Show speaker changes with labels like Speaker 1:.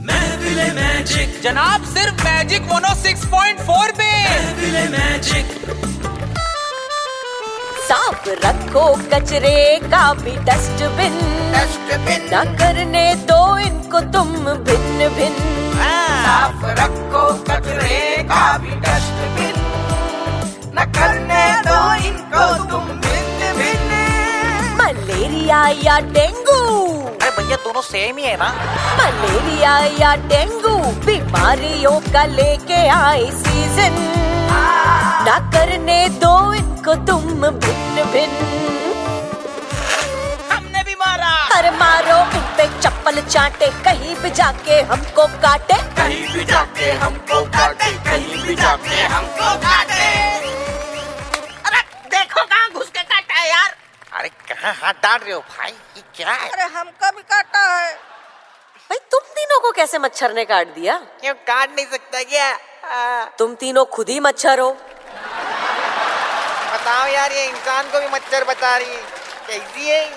Speaker 1: महफिल मैजिक
Speaker 2: जनाब सिर्फ मैजिक मोनो 6.4 पे
Speaker 1: महफिल मैजिक
Speaker 3: साफ रखो कचरे का भी डस्टबिन डस्टबिन न करने दो इनको तुम भिन्न भिन्न
Speaker 4: साफ रखो कचरे का भी डस्टबिन न करने दो इनको तुम भिन्न भिन्न
Speaker 3: मलेरिया या डेंगू
Speaker 4: अरे भैया दोनों सेम ही है ना
Speaker 3: मलेरिया या डेंगू बीमारियों का लेके आए सीजन न करने दो इनको तुम भिन्न भिन्न
Speaker 4: हमने भी मारा
Speaker 3: अरे मारो इन पे चप्पल चाटे कहीं भी जाके हमको काटे
Speaker 4: कहीं भी जाके हमको काटे कहीं भी जाके हमको काटे अरे देखो कहाँ घुस के काटा है यार अरे कहाँ हाथ डाल रहे हो भाई ये क्या है अरे हमको भी काटा है
Speaker 3: भाई तुम तीनों को कैसे मच्छर ने काट दिया
Speaker 4: क्यों काट नहीं सकता क्या हाँ। आ,
Speaker 3: तुम तीनों खुद ही मच्छर हो
Speaker 4: बताओ यार ये इंसान को भी मच्छर बता रही है कैसी है